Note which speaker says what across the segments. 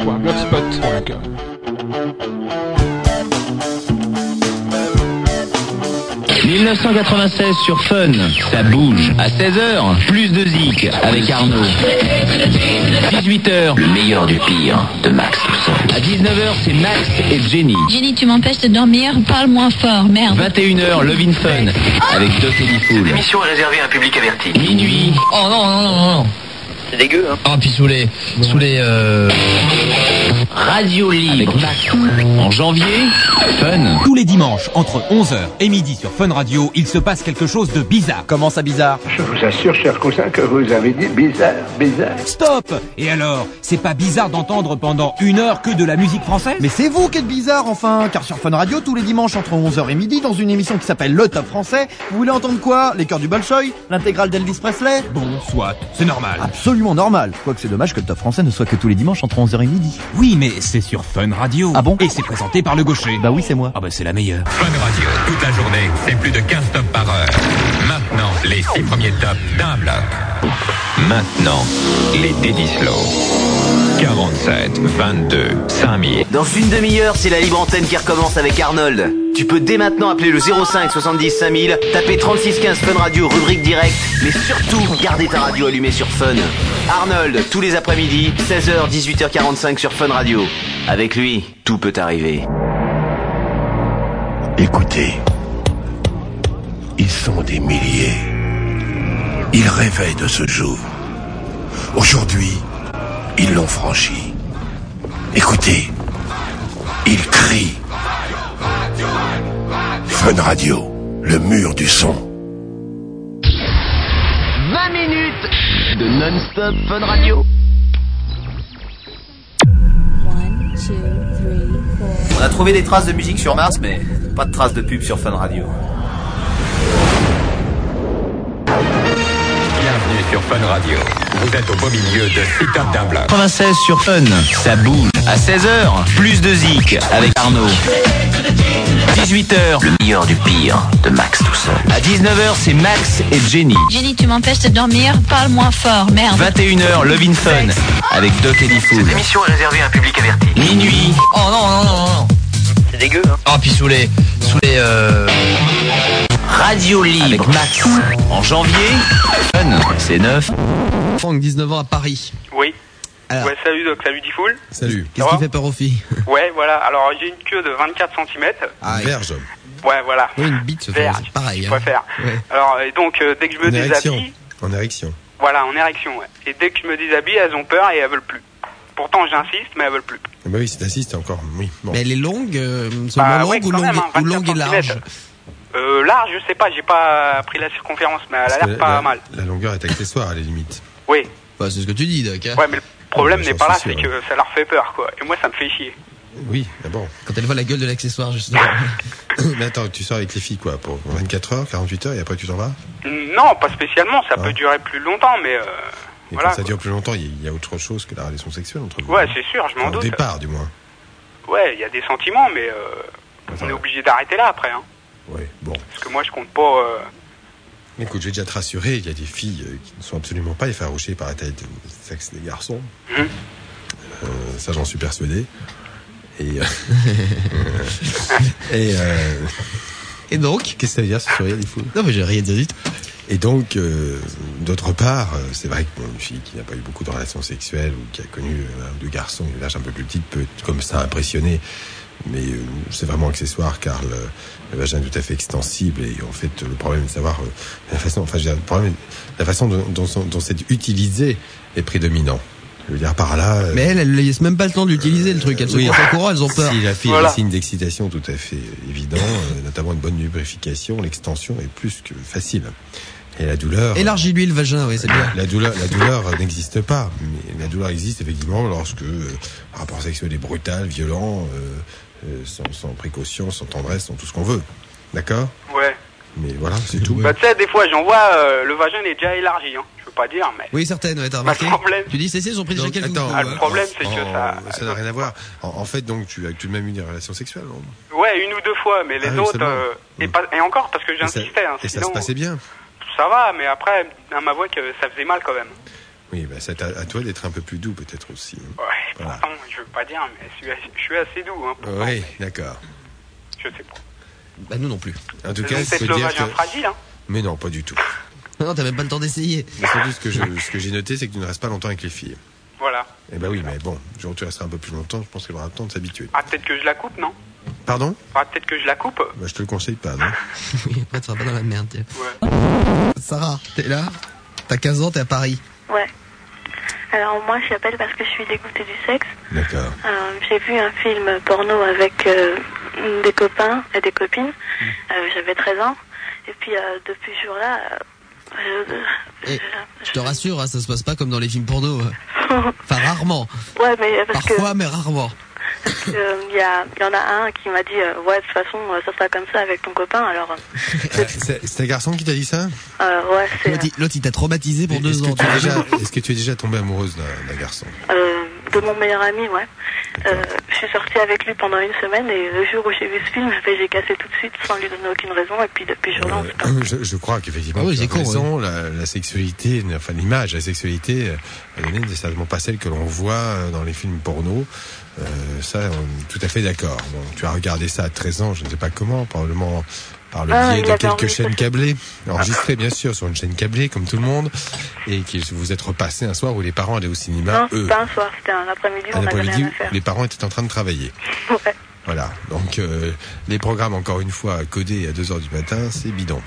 Speaker 1: Oncast.blogspot.com
Speaker 2: Fun. 1996 sur Fun, ça bouge. À 16h, plus de zik avec Arnaud. 18h, le meilleur du pire de Max Toussaint. À 19h, c'est Max et Jenny.
Speaker 3: Jenny, tu m'empêches de dormir, parle moins fort, merde.
Speaker 2: 21h, Love in Fun avec Doc Edifool. L'émission est réservée à un public averti. Minuit.
Speaker 4: Oh non, non, non, non, non.
Speaker 2: C'est dégueu, hein
Speaker 4: Ah, puis sous les. Sous les. euh,
Speaker 2: Radio Libre. En janvier, Fun.
Speaker 5: Tous les dimanches, entre 11h et midi sur Fun Radio, il se passe quelque chose de bizarre. Comment ça bizarre
Speaker 6: Je vous assure, cher cousin, que vous avez dit bizarre, bizarre.
Speaker 5: Stop Et alors, c'est pas bizarre d'entendre pendant une heure que de la musique française
Speaker 7: Mais c'est vous qui êtes bizarre enfin, car sur Fun Radio, tous les dimanches entre 11h et midi, dans une émission qui s'appelle Le Top Français, vous voulez entendre quoi Les cœurs du Bolshoi L'intégrale d'Elvis Presley
Speaker 5: Bon, soit, c'est normal.
Speaker 7: Absolument normal. Quoique c'est dommage que le Top Français ne soit que tous les dimanches entre 11h et midi.
Speaker 5: Oui, mais c'est sur Fun Radio.
Speaker 7: Ah bon
Speaker 5: Et c'est présenté par le gaucher.
Speaker 7: Bah oui, c'est moi.
Speaker 5: Ah bah c'est la meilleure.
Speaker 8: Fun Radio, toute la journée, c'est plus de 15 tops par heure. Maintenant, les 6 premiers tops d'un bloc. Maintenant, les Daily Slow. 47, 22, 5000.
Speaker 9: Dans une demi-heure, c'est la libre antenne qui recommence avec Arnold. Tu peux dès maintenant appeler le 05 70 5000, taper 3615 Fun Radio, rubrique direct, mais surtout garder ta radio allumée sur Fun. Arnold, tous les après-midi, 16h, 18h45 sur Fun Radio. Avec lui, tout peut arriver.
Speaker 10: Écoutez, ils sont des milliers. Ils rêvaient de ce jour. Aujourd'hui, ils l'ont franchi. Écoutez, ils crient. Fun Radio, le mur du son.
Speaker 9: 20 minutes de non-stop Fun Radio. On a trouvé des traces de musique sur Mars, mais pas de traces de pub sur Fun Radio.
Speaker 8: Bienvenue sur Fun Radio. Vous êtes au beau milieu de 6 tops d'un bloc.
Speaker 2: 96 sur Fun, ça bouge. À 16h, plus de zik avec Arnaud. 18h, le meilleur du pire de Max Toussaint. À 19h, c'est Max et Jenny.
Speaker 3: Jenny, tu m'empêches de dormir, parle moins fort, merde.
Speaker 2: 21h, Love in Fun avec Doc Edifool.
Speaker 9: L'émission est réservée à un public averti.
Speaker 2: Minuit.
Speaker 4: Oh non, non, non, non, non.
Speaker 9: C'est dégueu, hein
Speaker 4: Ah, puis sous les. Sous les. euh,
Speaker 2: Radio Libre avec Max. En janvier, Fun, c'est neuf.
Speaker 11: Franck, 19 ans à Paris.
Speaker 12: Oui.
Speaker 11: Alors.
Speaker 12: Ouais, salut Doc, salut Difool.
Speaker 11: Salut.
Speaker 12: Ça
Speaker 11: Qu'est-ce qui
Speaker 12: va
Speaker 11: fait peur aux filles
Speaker 12: Ouais, voilà. Alors, j'ai une queue de 24 cm.
Speaker 11: ah, Verge.
Speaker 12: Ouais, voilà.
Speaker 11: Oui, une bite,
Speaker 12: Verge.
Speaker 11: c'est pareil.
Speaker 12: Je
Speaker 11: hein.
Speaker 12: préfère.
Speaker 11: Ouais.
Speaker 12: Alors, et donc, euh, dès que je me
Speaker 11: En érection.
Speaker 12: déshabille,
Speaker 11: En érection.
Speaker 12: voilà, en érection. ouais. Et dès que je me déshabille, elles ont peur et elles veulent plus. Pourtant, j'insiste, mais elles veulent plus.
Speaker 11: Ah Bah oui, c'est assis, c'est encore. Oui. Bon.
Speaker 13: Mais elle est longue, euh, seulement
Speaker 12: Bah, ouais,
Speaker 13: longue ou
Speaker 12: quand
Speaker 13: longue,
Speaker 12: même, hein,
Speaker 13: ou longue et
Speaker 12: 24
Speaker 13: large
Speaker 12: centimètres. Euh, large, je sais pas, j'ai pas pris la circonférence, mais elle
Speaker 11: Parce
Speaker 12: a
Speaker 11: que
Speaker 12: l'air pas
Speaker 11: la,
Speaker 12: mal.
Speaker 11: La longueur est accessoire à la limite.
Speaker 12: Oui.
Speaker 13: Bah, C'est ce que tu dis, Doc. hein.
Speaker 12: Ouais, mais le problème
Speaker 11: Ouais,
Speaker 12: n'est
Speaker 11: j'en
Speaker 12: pas là,
Speaker 11: suis
Speaker 12: c'est
Speaker 11: sûr,
Speaker 12: que ça leur fait peur, quoi. Et moi, ça me fait chier.
Speaker 11: Oui, d'abord.
Speaker 13: Quand elle voit la gueule de l'accessoire, justement.
Speaker 11: Mais attends, tu sors avec les filles quoi Pour 24 heures, 48 heures et après tu t'en vas
Speaker 12: Non, pas spécialement, ça
Speaker 11: Ah.
Speaker 12: peut durer plus longtemps, mais euh,
Speaker 11: Et
Speaker 12: voilà.
Speaker 11: quand ça
Speaker 12: quoi.
Speaker 11: dure plus longtemps, il y a- il y a autre chose que la relation sexuelle entre vous.
Speaker 12: Ouais, c'est sûr, je m'en
Speaker 11: Au
Speaker 12: doute.
Speaker 11: départ, du moins.
Speaker 12: Ouais, il y a des sentiments, mais euh,
Speaker 11: Attends.
Speaker 12: on est obligé d'arrêter là après. Hein,
Speaker 11: Bah, Ouais, bon.
Speaker 12: parce que moi, je compte pas. euh,
Speaker 11: Écoute, j'ai déjà te rassuré, il y a des filles euh, qui ne sont absolument pas effarouchées par la taille de sexe des garçons.
Speaker 12: Mhm.
Speaker 11: Euh, ça, j'en suis persuadé. Et. euh, et. euh,
Speaker 13: Et donc
Speaker 11: Qu'est-ce que ça veut dire, ce sourire des fous
Speaker 13: Non, mais j'ai rien dit du tout.
Speaker 11: Et donc, euh, d'autre part, euh, c'est vrai que bon, une fille qui n'a pas eu beaucoup de relations sexuelles ou qui a connu euh, un ou deux garçons et l'âge un peu plus petit peut être comme ça impressionné. Mais euh, c'est vraiment accessoire car le, le vagin est tout à fait extensible et en fait le problème est de savoir euh, la façon, enfin je veux dire, le problème, est- la façon dont, dont son- dont c'est utilisé est prédominant. Je veux dire par là. euh,
Speaker 13: Mais elle, elle laisse même pas le temps d'utiliser le truc. Elle se
Speaker 11: oui.
Speaker 13: compte en courant, elles ont peur.
Speaker 11: si la fille
Speaker 12: Voilà.
Speaker 11: a des signes d'excitation tout à fait évidents, euh, notamment une bonne lubrification, l'extension est plus que facile. Et la douleur.
Speaker 13: Élargis-lui le vagin, oui, c'est bien.
Speaker 11: La douleur, la douleur n'existe pas. Mais la douleur existe effectivement lorsque euh, un rapport sexuel est brutal, violent, euh, euh, sans, sans précaution, sans tendresse, sans tout ce qu'on veut. D'accord
Speaker 12: ouais.
Speaker 11: Mais voilà, c'est tout.
Speaker 12: Bah, tu sais, des fois, j'en vois, euh, le vagin il est déjà élargi. Hein. Je veux pas dire, mais.
Speaker 13: Oui, certaines, ouais, t'as
Speaker 12: Bah,
Speaker 13: remarqué.
Speaker 12: le problème,
Speaker 13: Tu dis, c'est si, ils ont pris
Speaker 11: Donc,
Speaker 13: chacun une
Speaker 11: attends,
Speaker 13: coupe.
Speaker 12: Ah, le problème,
Speaker 11: en-
Speaker 12: c'est que
Speaker 11: en-
Speaker 12: ça-
Speaker 11: Ça n'a rien à voir. En, en fait, donc, tu as tout de même eu des relations sexuelles. non
Speaker 12: ouais, une ou deux fois, mais les
Speaker 11: Ah oui,
Speaker 12: autres.
Speaker 11: seulement.
Speaker 12: euh, et,
Speaker 11: Mm.
Speaker 12: pas- et encore, parce que
Speaker 11: Et ça-
Speaker 12: j'insistais. Hein,
Speaker 11: Et ça
Speaker 12: sinon,
Speaker 11: se passait bien.
Speaker 12: ça va, mais après, elle m'avoue que ça faisait mal quand même.
Speaker 11: Oui, bah, c'est à, à toi d'être un peu plus doux peut-être aussi.
Speaker 10: Ouais,
Speaker 11: Voilà.
Speaker 10: pourtant, je veux pas dire, mais je suis assez, je suis assez doux. Hein, pourtant.
Speaker 11: Oui, d'accord.
Speaker 10: Je sais pas.
Speaker 14: Bah nous non plus.
Speaker 11: En tout
Speaker 10: Le
Speaker 11: cas,
Speaker 10: nom
Speaker 11: je peux dire
Speaker 10: Tchétchélovagien
Speaker 11: que...
Speaker 10: fragile, hein.
Speaker 11: Mais non, pas du tout.
Speaker 14: Non, t'as même pas le temps d'essayer.
Speaker 11: Mais surtout, ce que je- ce que j'ai noté, c'est que tu ne restes pas longtemps avec les filles.
Speaker 10: Voilà.
Speaker 11: Eh ben oui, mais bon, genre tu resteras un peu plus longtemps, je pense qu'elle aura le temps de s'habituer.
Speaker 10: Ah, peut-être que je la coupe, non
Speaker 11: Pardon
Speaker 10: Ah, peut-être que je la coupe
Speaker 11: Bah je te le conseille pas, non
Speaker 14: Oui, après, tu seras pas dans la merde. t'es. Sarah, t'es là T'as 15 ans, t'es à Paris.
Speaker 12: Ouais. Alors moi, je l'appelle parce que je suis dégoûtée du sexe.
Speaker 11: D'accord.
Speaker 12: Euh, J'ai vu un film porno avec euh, des copains et des copines.
Speaker 14: Mm.
Speaker 12: Euh, J'avais 13 ans. Et puis euh, depuis ce jour-là, euh,
Speaker 14: Et je te rassure, hein, ça se passe pas comme dans les films porno. euh. Enfin, rarement.
Speaker 12: je- ouais, mais parce que
Speaker 14: Parfois, mais rarement.
Speaker 12: il y, a- y en a un qui m'a dit, euh, ouais, de toute façon, euh, ça sera comme ça avec ton copain. Alors,
Speaker 11: Euh, c'est c'est un garçon qui t'a dit ça
Speaker 12: euh, ouais, c'est
Speaker 14: L'autre, il- l'autre, il t'a traumatisé pour deux
Speaker 11: Est-ce
Speaker 14: ans.
Speaker 11: que, tu
Speaker 14: t'as
Speaker 11: es
Speaker 14: raison.
Speaker 11: déjà- est-ce que tu es déjà tombée amoureuse d'un d'un garçon
Speaker 12: euh, de mon meilleur ami, ouais. Euh, je suis sortie avec lui pendant une semaine et le jour où j'ai vu ce film, ben, j'ai cassé tout de suite sans lui donner aucune raison. Et puis depuis ce jour-là, on
Speaker 11: Euh, je, je crois qu'effectivement,
Speaker 14: Ah oui,
Speaker 11: tu as
Speaker 14: c'est con,
Speaker 11: raison, la, la sexualité, enfin l'image, la sexualité, euh, elle n'est certainement pas celle que l'on voit euh, dans les films porno. Euh, ça, on est tout à fait d'accord. Bon, tu as regardé ça à 13 ans, je ne sais pas comment, probablement par le
Speaker 12: Ah,
Speaker 11: biais
Speaker 12: il
Speaker 11: de
Speaker 12: avait
Speaker 11: quelques
Speaker 12: enregistré.
Speaker 11: chaînes câblées,
Speaker 12: Ah.
Speaker 11: enregistrées bien sûr sur une chaîne câblée comme tout le monde, et que vous êtes repassé un soir où les parents allaient au cinéma,
Speaker 12: Non,
Speaker 11: eux,
Speaker 12: c'était pas un soir, c'était un après-midi,
Speaker 11: un
Speaker 12: on avait
Speaker 11: après-midi
Speaker 12: rien à
Speaker 11: où
Speaker 12: faire.
Speaker 11: les parents étaient en train de travailler.
Speaker 12: Ouais.
Speaker 11: Voilà, donc euh, les programmes, encore une fois, codés à 2h du matin, c'est bidon.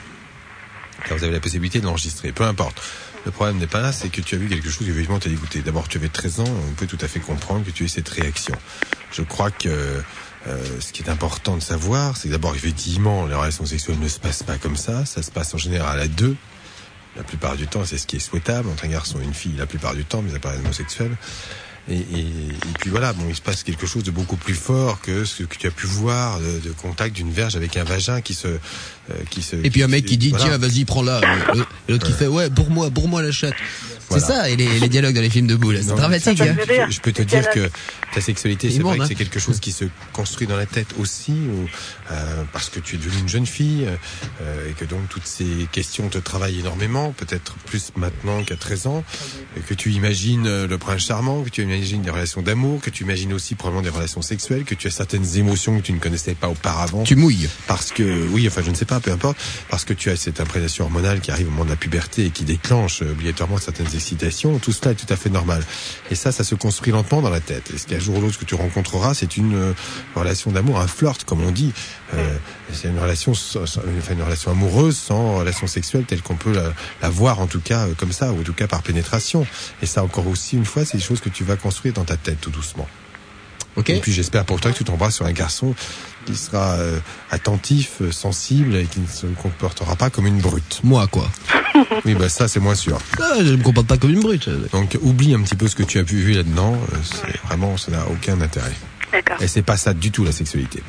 Speaker 11: Car vous avez la possibilité de l'enregistrer, peu importe. Le problème n'est pas là, c'est que tu as vu quelque chose, évidemment, t'as dégoûté. D'abord, tu avais 13 ans, on peut tout à fait comprendre que tu aies cette réaction. Je crois que euh, ce qui est important de savoir, c'est que d'abord, effectivement, les relations sexuelles ne se passent pas comme ça, ça se passe en général à deux. La plupart du temps, c'est ce qui est souhaitable entre un garçon et une fille, la plupart du temps, mais à part les homosexuels. Et, et- et puis voilà, bon, il se passe quelque chose de beaucoup plus fort que ce que tu as pu voir de, de contact d'une verge avec un vagin qui se, euh, qui se.
Speaker 14: Et puis un mec qui dit
Speaker 11: voilà.
Speaker 14: tiens vas-y prends-la Et l'autre qui fait ouais pour moi pour moi la chatte
Speaker 11: Voilà.
Speaker 14: c'est ça et les, les dialogues dans les films de boules c'est
Speaker 11: Non,
Speaker 14: dramatique
Speaker 11: je-
Speaker 14: hein.
Speaker 11: Je, je peux te dire que ta sexualité,
Speaker 14: C'est
Speaker 11: c'est vrai
Speaker 14: immonde,
Speaker 11: que
Speaker 14: hein.
Speaker 11: c'est quelque chose qui se construit dans la tête aussi, ou, euh, parce que tu es devenue une jeune fille, euh, et que donc toutes ces questions te travaillent énormément, peut-être plus maintenant qu'à 13 ans, et que tu imagines euh, le prince charmant, que tu imagines des relations d'amour, que tu imagines aussi probablement des relations sexuelles, que tu as certaines émotions que tu ne connaissais pas auparavant.
Speaker 14: Tu mouilles.
Speaker 11: Parce que, oui, enfin je ne sais pas, peu importe, parce que tu as cette imprégnation hormonale qui arrive au moment de la puberté et qui déclenche euh, obligatoirement certaines excitations, tout cela est tout à fait normal. Et ça, ça se construit lentement dans la tête. Et ce qu'un jour ou l'autre que tu rencontreras, c'est une euh, relation d'amour, un flirt, comme on dit. Euh, c'est une relation, sans- sans- enfin, une relation amoureuse sans relation sexuelle telle qu'on peut la, la voir, en tout cas euh, comme ça, ou en tout cas par pénétration. Et ça, encore aussi, une fois, c'est des choses que tu vas construire dans ta tête, tout doucement. Et puis j'espère pour toi que tu tomberas sur un garçon qui sera euh, attentif, euh, sensible et qui ne se comportera pas comme une brute.
Speaker 14: Moi quoi.
Speaker 11: Oui bah ça c'est moins sûr.
Speaker 14: Ah, je me comporte pas comme une brute euh.
Speaker 11: Donc oublie un petit peu ce que tu as pu vu là-dedans. euh, C'est vraiment ça n'a aucun intérêt.
Speaker 12: D'accord.
Speaker 11: Et c'est pas ça du tout la sexualité.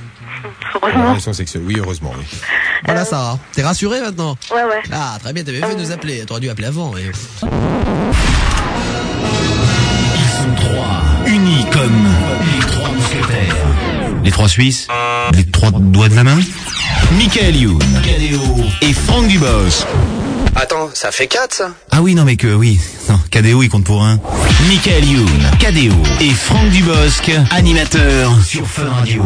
Speaker 11: La relation sexuelle. Oui heureusement. Oui.
Speaker 14: voilà Sarah t'es rassurée maintenant
Speaker 12: Euh, ouais Euh. ouais
Speaker 14: ah très bien t'avais fait nous appeler t'aurais dû appeler avant et...
Speaker 15: Unis comme les trois mousquetaires. Les trois Suisses, les trois doigts de la main. Michael Youn, et Franck Dubos.
Speaker 16: Attends, ça fait 4 ça
Speaker 15: Ah oui, non mais que oui. Non, KDO il compte pour un. Michael Youn, KDO et Franck Dubosc, animateurs sur Fun Radio.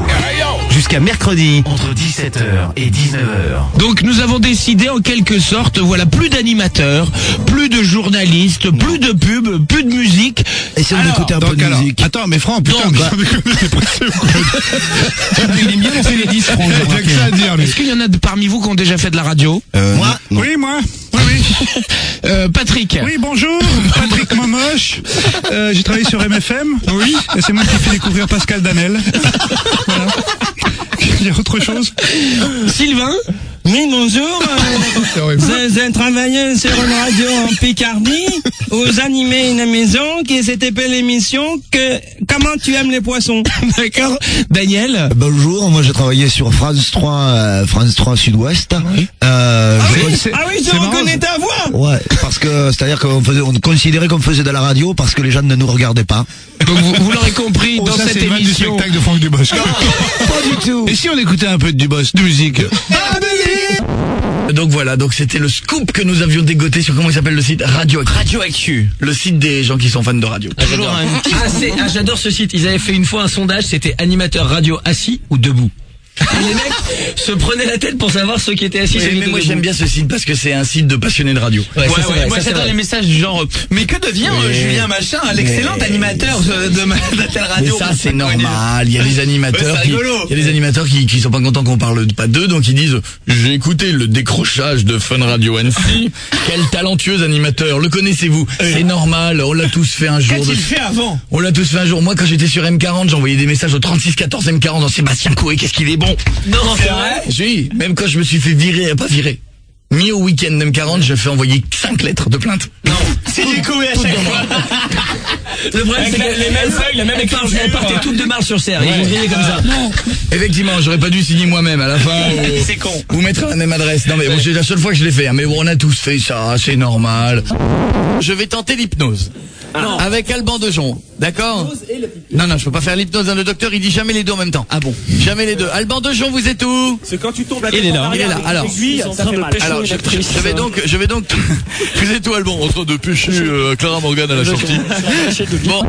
Speaker 15: Jusqu'à mercredi entre 17h et 19h.
Speaker 2: Donc nous avons décidé en quelque sorte, voilà, plus d'animateurs, plus de journalistes, plus de pubs, plus de musique. Et si on écoutait un peu de musique Attends, mais Franck, putain, mais c'est possible. Il aime bien lancer les 10 francs.
Speaker 17: Il a que ça à dire, lui.
Speaker 2: Est-ce qu'il y en a de parmi vous qui ont déjà fait de la radio Moi
Speaker 17: Oui, moi.
Speaker 2: Oui, oui. euh, Patrick.
Speaker 17: Oui, bonjour. Patrick Momoche. Euh, J'ai travaillé sur MFM. Oui. Et c'est moi qui ai fait découvrir Pascal Danel. Voilà. Il y a autre chose.
Speaker 18: Sylvain Oui, bonjour. euh, Je, je travaillais sur une radio en Picardie où j'animais une émission qui s'appelait l'émission que Comment tu aimes les poissons D'accord.
Speaker 2: Daniel
Speaker 19: Bonjour, moi j'ai travaillé sur France 3, euh, France 3 Sud-Ouest. Euh,
Speaker 18: Ah
Speaker 19: je
Speaker 18: oui,
Speaker 19: connaissais-
Speaker 18: ah oui, je reconnais ta voix
Speaker 19: Ouais, parce que c'est-à-dire qu'on faisait, on considérait qu'on faisait de la radio parce que les gens ne nous regardaient pas.
Speaker 2: Donc vous, vous l'aurez compris,
Speaker 17: Oh,
Speaker 2: dans
Speaker 17: ça,
Speaker 2: cette
Speaker 17: c'est le mal du
Speaker 2: émission...
Speaker 17: spectacle de Franck Dubosc.
Speaker 2: Pas du tout.
Speaker 17: Et si on écoutait un peu de Dubosc, de musique
Speaker 12: Donc voilà, donc c'était le scoop que nous avions dégoté sur comment il s'appelle le site Radio Actu. Radio Actu. Le site des gens qui sont fans de radio.
Speaker 20: Toujours un petit- Ah, c'est- ah, j'adore ce site. Ils avaient fait une fois un sondage, c'était animateur radio assis ou debout. Et les mecs se prenaient la tête pour savoir ceux qui étaient assis.
Speaker 12: Oui,
Speaker 20: ceux qui
Speaker 12: mais
Speaker 20: étaient
Speaker 12: moi
Speaker 20: debout.
Speaker 12: j'aime bien ce site parce que c'est un site de passionnés de radio.
Speaker 20: Ouais, ça, c'est vrai,
Speaker 12: moi
Speaker 20: ça, c'est
Speaker 12: j'adore
Speaker 20: vrai.
Speaker 12: les messages du genre euh, mais que devient euh,
Speaker 20: Mais-
Speaker 12: Julien Machin, l'excellent
Speaker 20: mais-
Speaker 12: animateur euh, de, ma- de telle radio
Speaker 20: Mais ça, c'est
Speaker 12: normal, il y a des animateurs
Speaker 20: Ouais, c'est
Speaker 12: qui
Speaker 20: rigolo.
Speaker 12: il y a des animateurs qui qui sont pas contents qu'on parle de- pas d'eux donc ils disent j'ai écouté le décrochage de Fun Radio Annecy, quel talentueux animateur, le connaissez-vous C'est normal, on l'a tous fait un jour.
Speaker 21: Qu'a-t-il
Speaker 12: de-
Speaker 21: fait avant
Speaker 12: on l'a tous fait un jour. Moi, quand j'étais sur M40, j'envoyais des messages au 3614 M40 en Sébastien Coué, qu'est-ce qu'il est bon
Speaker 20: Non, c'est
Speaker 12: vrai Oui, même quand je me suis fait virer, pas virer. Mis au week-end M40, j'ai fait envoyer 5 lettres de plainte. Non,
Speaker 20: C'est du coup à chaque fois. Le problème,
Speaker 12: Avec
Speaker 20: c'est
Speaker 12: la-
Speaker 20: que
Speaker 12: les mêmes feuilles, la même
Speaker 20: elles partent-
Speaker 12: écriture.
Speaker 20: Elles partaient toutes de marche sur serre. Ils
Speaker 12: Ouais. Ah,
Speaker 20: ont grillé comme ça.
Speaker 12: Non. Effectivement, j'aurais pas dû signer moi-même à la fin. vous-
Speaker 20: C'est con.
Speaker 12: Vous mettrez la même adresse. Non mais bon, c'est la seule fois que je l'ai fait. hein. Mais bon, on a tous fait ça, hein, c'est normal.
Speaker 2: Je vais tenter l'hypnose. Avec Alban Dejon, d'accord Non, non, je peux pas faire l'hypnose. hein. Le docteur, il dit jamais les deux en même temps. Ah bon Jamais les deux. Alban Dejon, vous êtes où C'est quand tu tombes
Speaker 22: la
Speaker 2: Il
Speaker 22: tête
Speaker 2: est
Speaker 22: en
Speaker 2: là, il
Speaker 22: arrière
Speaker 2: est là.
Speaker 22: avec
Speaker 2: Alors,
Speaker 22: une aiguille, ça fait mal.
Speaker 2: Alors, je, je- je vais donc, je vais donc. vous êtes où, Alban En train de pêcher euh, Clara Morgan à la sortie. Bon.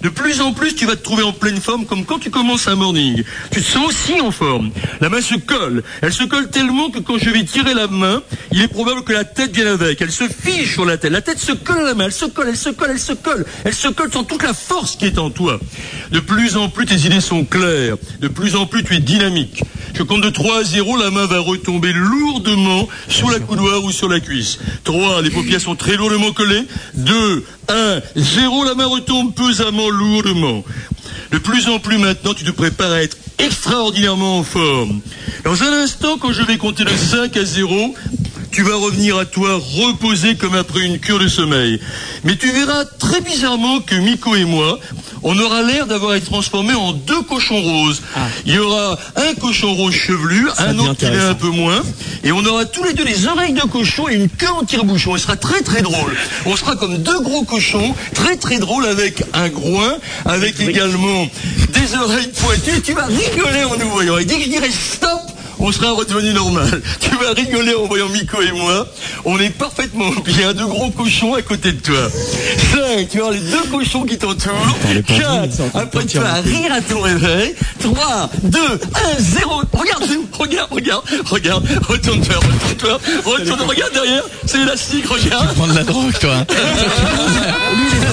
Speaker 14: De plus en plus, tu vas te trouver en pleine forme comme quand tu commences un morning. Tu te sens aussi en forme. La main se colle. Elle se colle tellement que quand je vais tirer la main, il est probable que la tête vienne avec. Elle se fiche sur la tête. La tête se colle à la main. Elle se colle, elle se colle, elle se colle. Elle se colle sans toute la force qui est en toi. De plus en plus, tes idées sont claires. De plus en plus, tu es dynamique. Je compte de 3 à 0, la main va retomber lourdement sur la coudoir ou sur la cuisse. 3, les paupières sont très lourdement collées. 2, 1, 0, la main retombe pesamment, lourdement. De plus en plus maintenant, tu te prépares à être extraordinairement en forme. Dans un instant, quand je vais compter de 5 à 0, tu vas revenir à toi reposé comme après une cure de sommeil. Mais tu verras très bizarrement que Miko et moi, on aura l'air d'avoir été transformés en deux cochons roses. Il y aura un cochon rose chevelu, un
Speaker 22: devient
Speaker 14: autre qui l'est un peu moins, et on aura tous les deux des oreilles de cochon et une queue en tire-bouchon. Et Ce sera très très drôle. On sera comme deux gros cochons, très très drôle avec un groin, avec également des oreilles pointues. Tu vas rigoler en nous voyant. Et dès que je dirai stop, on sera redevenu normal. Tu vas rigoler en voyant Miko et moi. On est parfaitement bien, deux gros cochons à côté de toi. 5, tu vois les deux cochons qui t'entourent. 4, après tu vas rire à ton réveil. 3, 2, 1, 0. Regarde, regarde, regarde, regarde. Retourne-toi, retourne-toi, retourne, regarde derrière. C'est élastique, regarde.
Speaker 2: Tu prends de la drogue, toi. hein.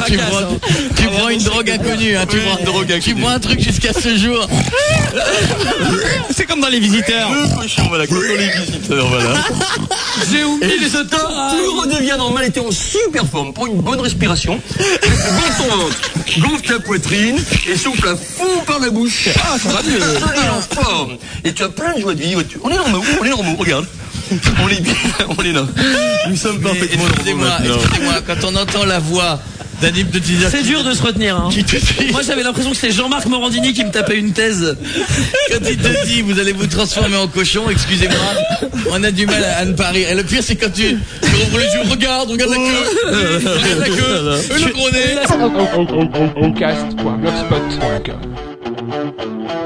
Speaker 2: tu prends, tu prends une drogue inconnue, hein, tu prends une drogue inconnue. Tu prends un truc jusqu'à ce jour. C'est comme dans les visiteurs.
Speaker 14: voilà, comme dans les visiteurs, voilà. J'ai oublié les auteurs. Tout redevient normal et t'es en super forme. Prends une bonne respiration. Gonfle ton ventre, gonfle la poitrine et souffle à fond par la bouche. Ah, ça va mieux. Et en forme. Et tu as plein de joie de vivre. Tu- On est normaux, on est normaux, regarde. On est bien, on est là. Nous sommes parfaitement normaux.
Speaker 2: Excusez-moi,
Speaker 14: maintenant.
Speaker 2: excusez-moi, quand on entend la voix d'un hypnotiseur.
Speaker 20: C'est dur de se retenir. hein.
Speaker 2: Qui te dit-
Speaker 20: Moi, j'avais l'impression que c'était Jean-Marc Morandini qui me tapait une thèse.
Speaker 2: Quand il te dit vous allez vous transformer en cochon, excusez-moi, on a du mal à, à ne pas rire. Et le pire c'est quand tu, tu ouvres les yeux, regarde, regarde la queue, regarde la queue, et le gros nez.
Speaker 1: Cast.blogspot.com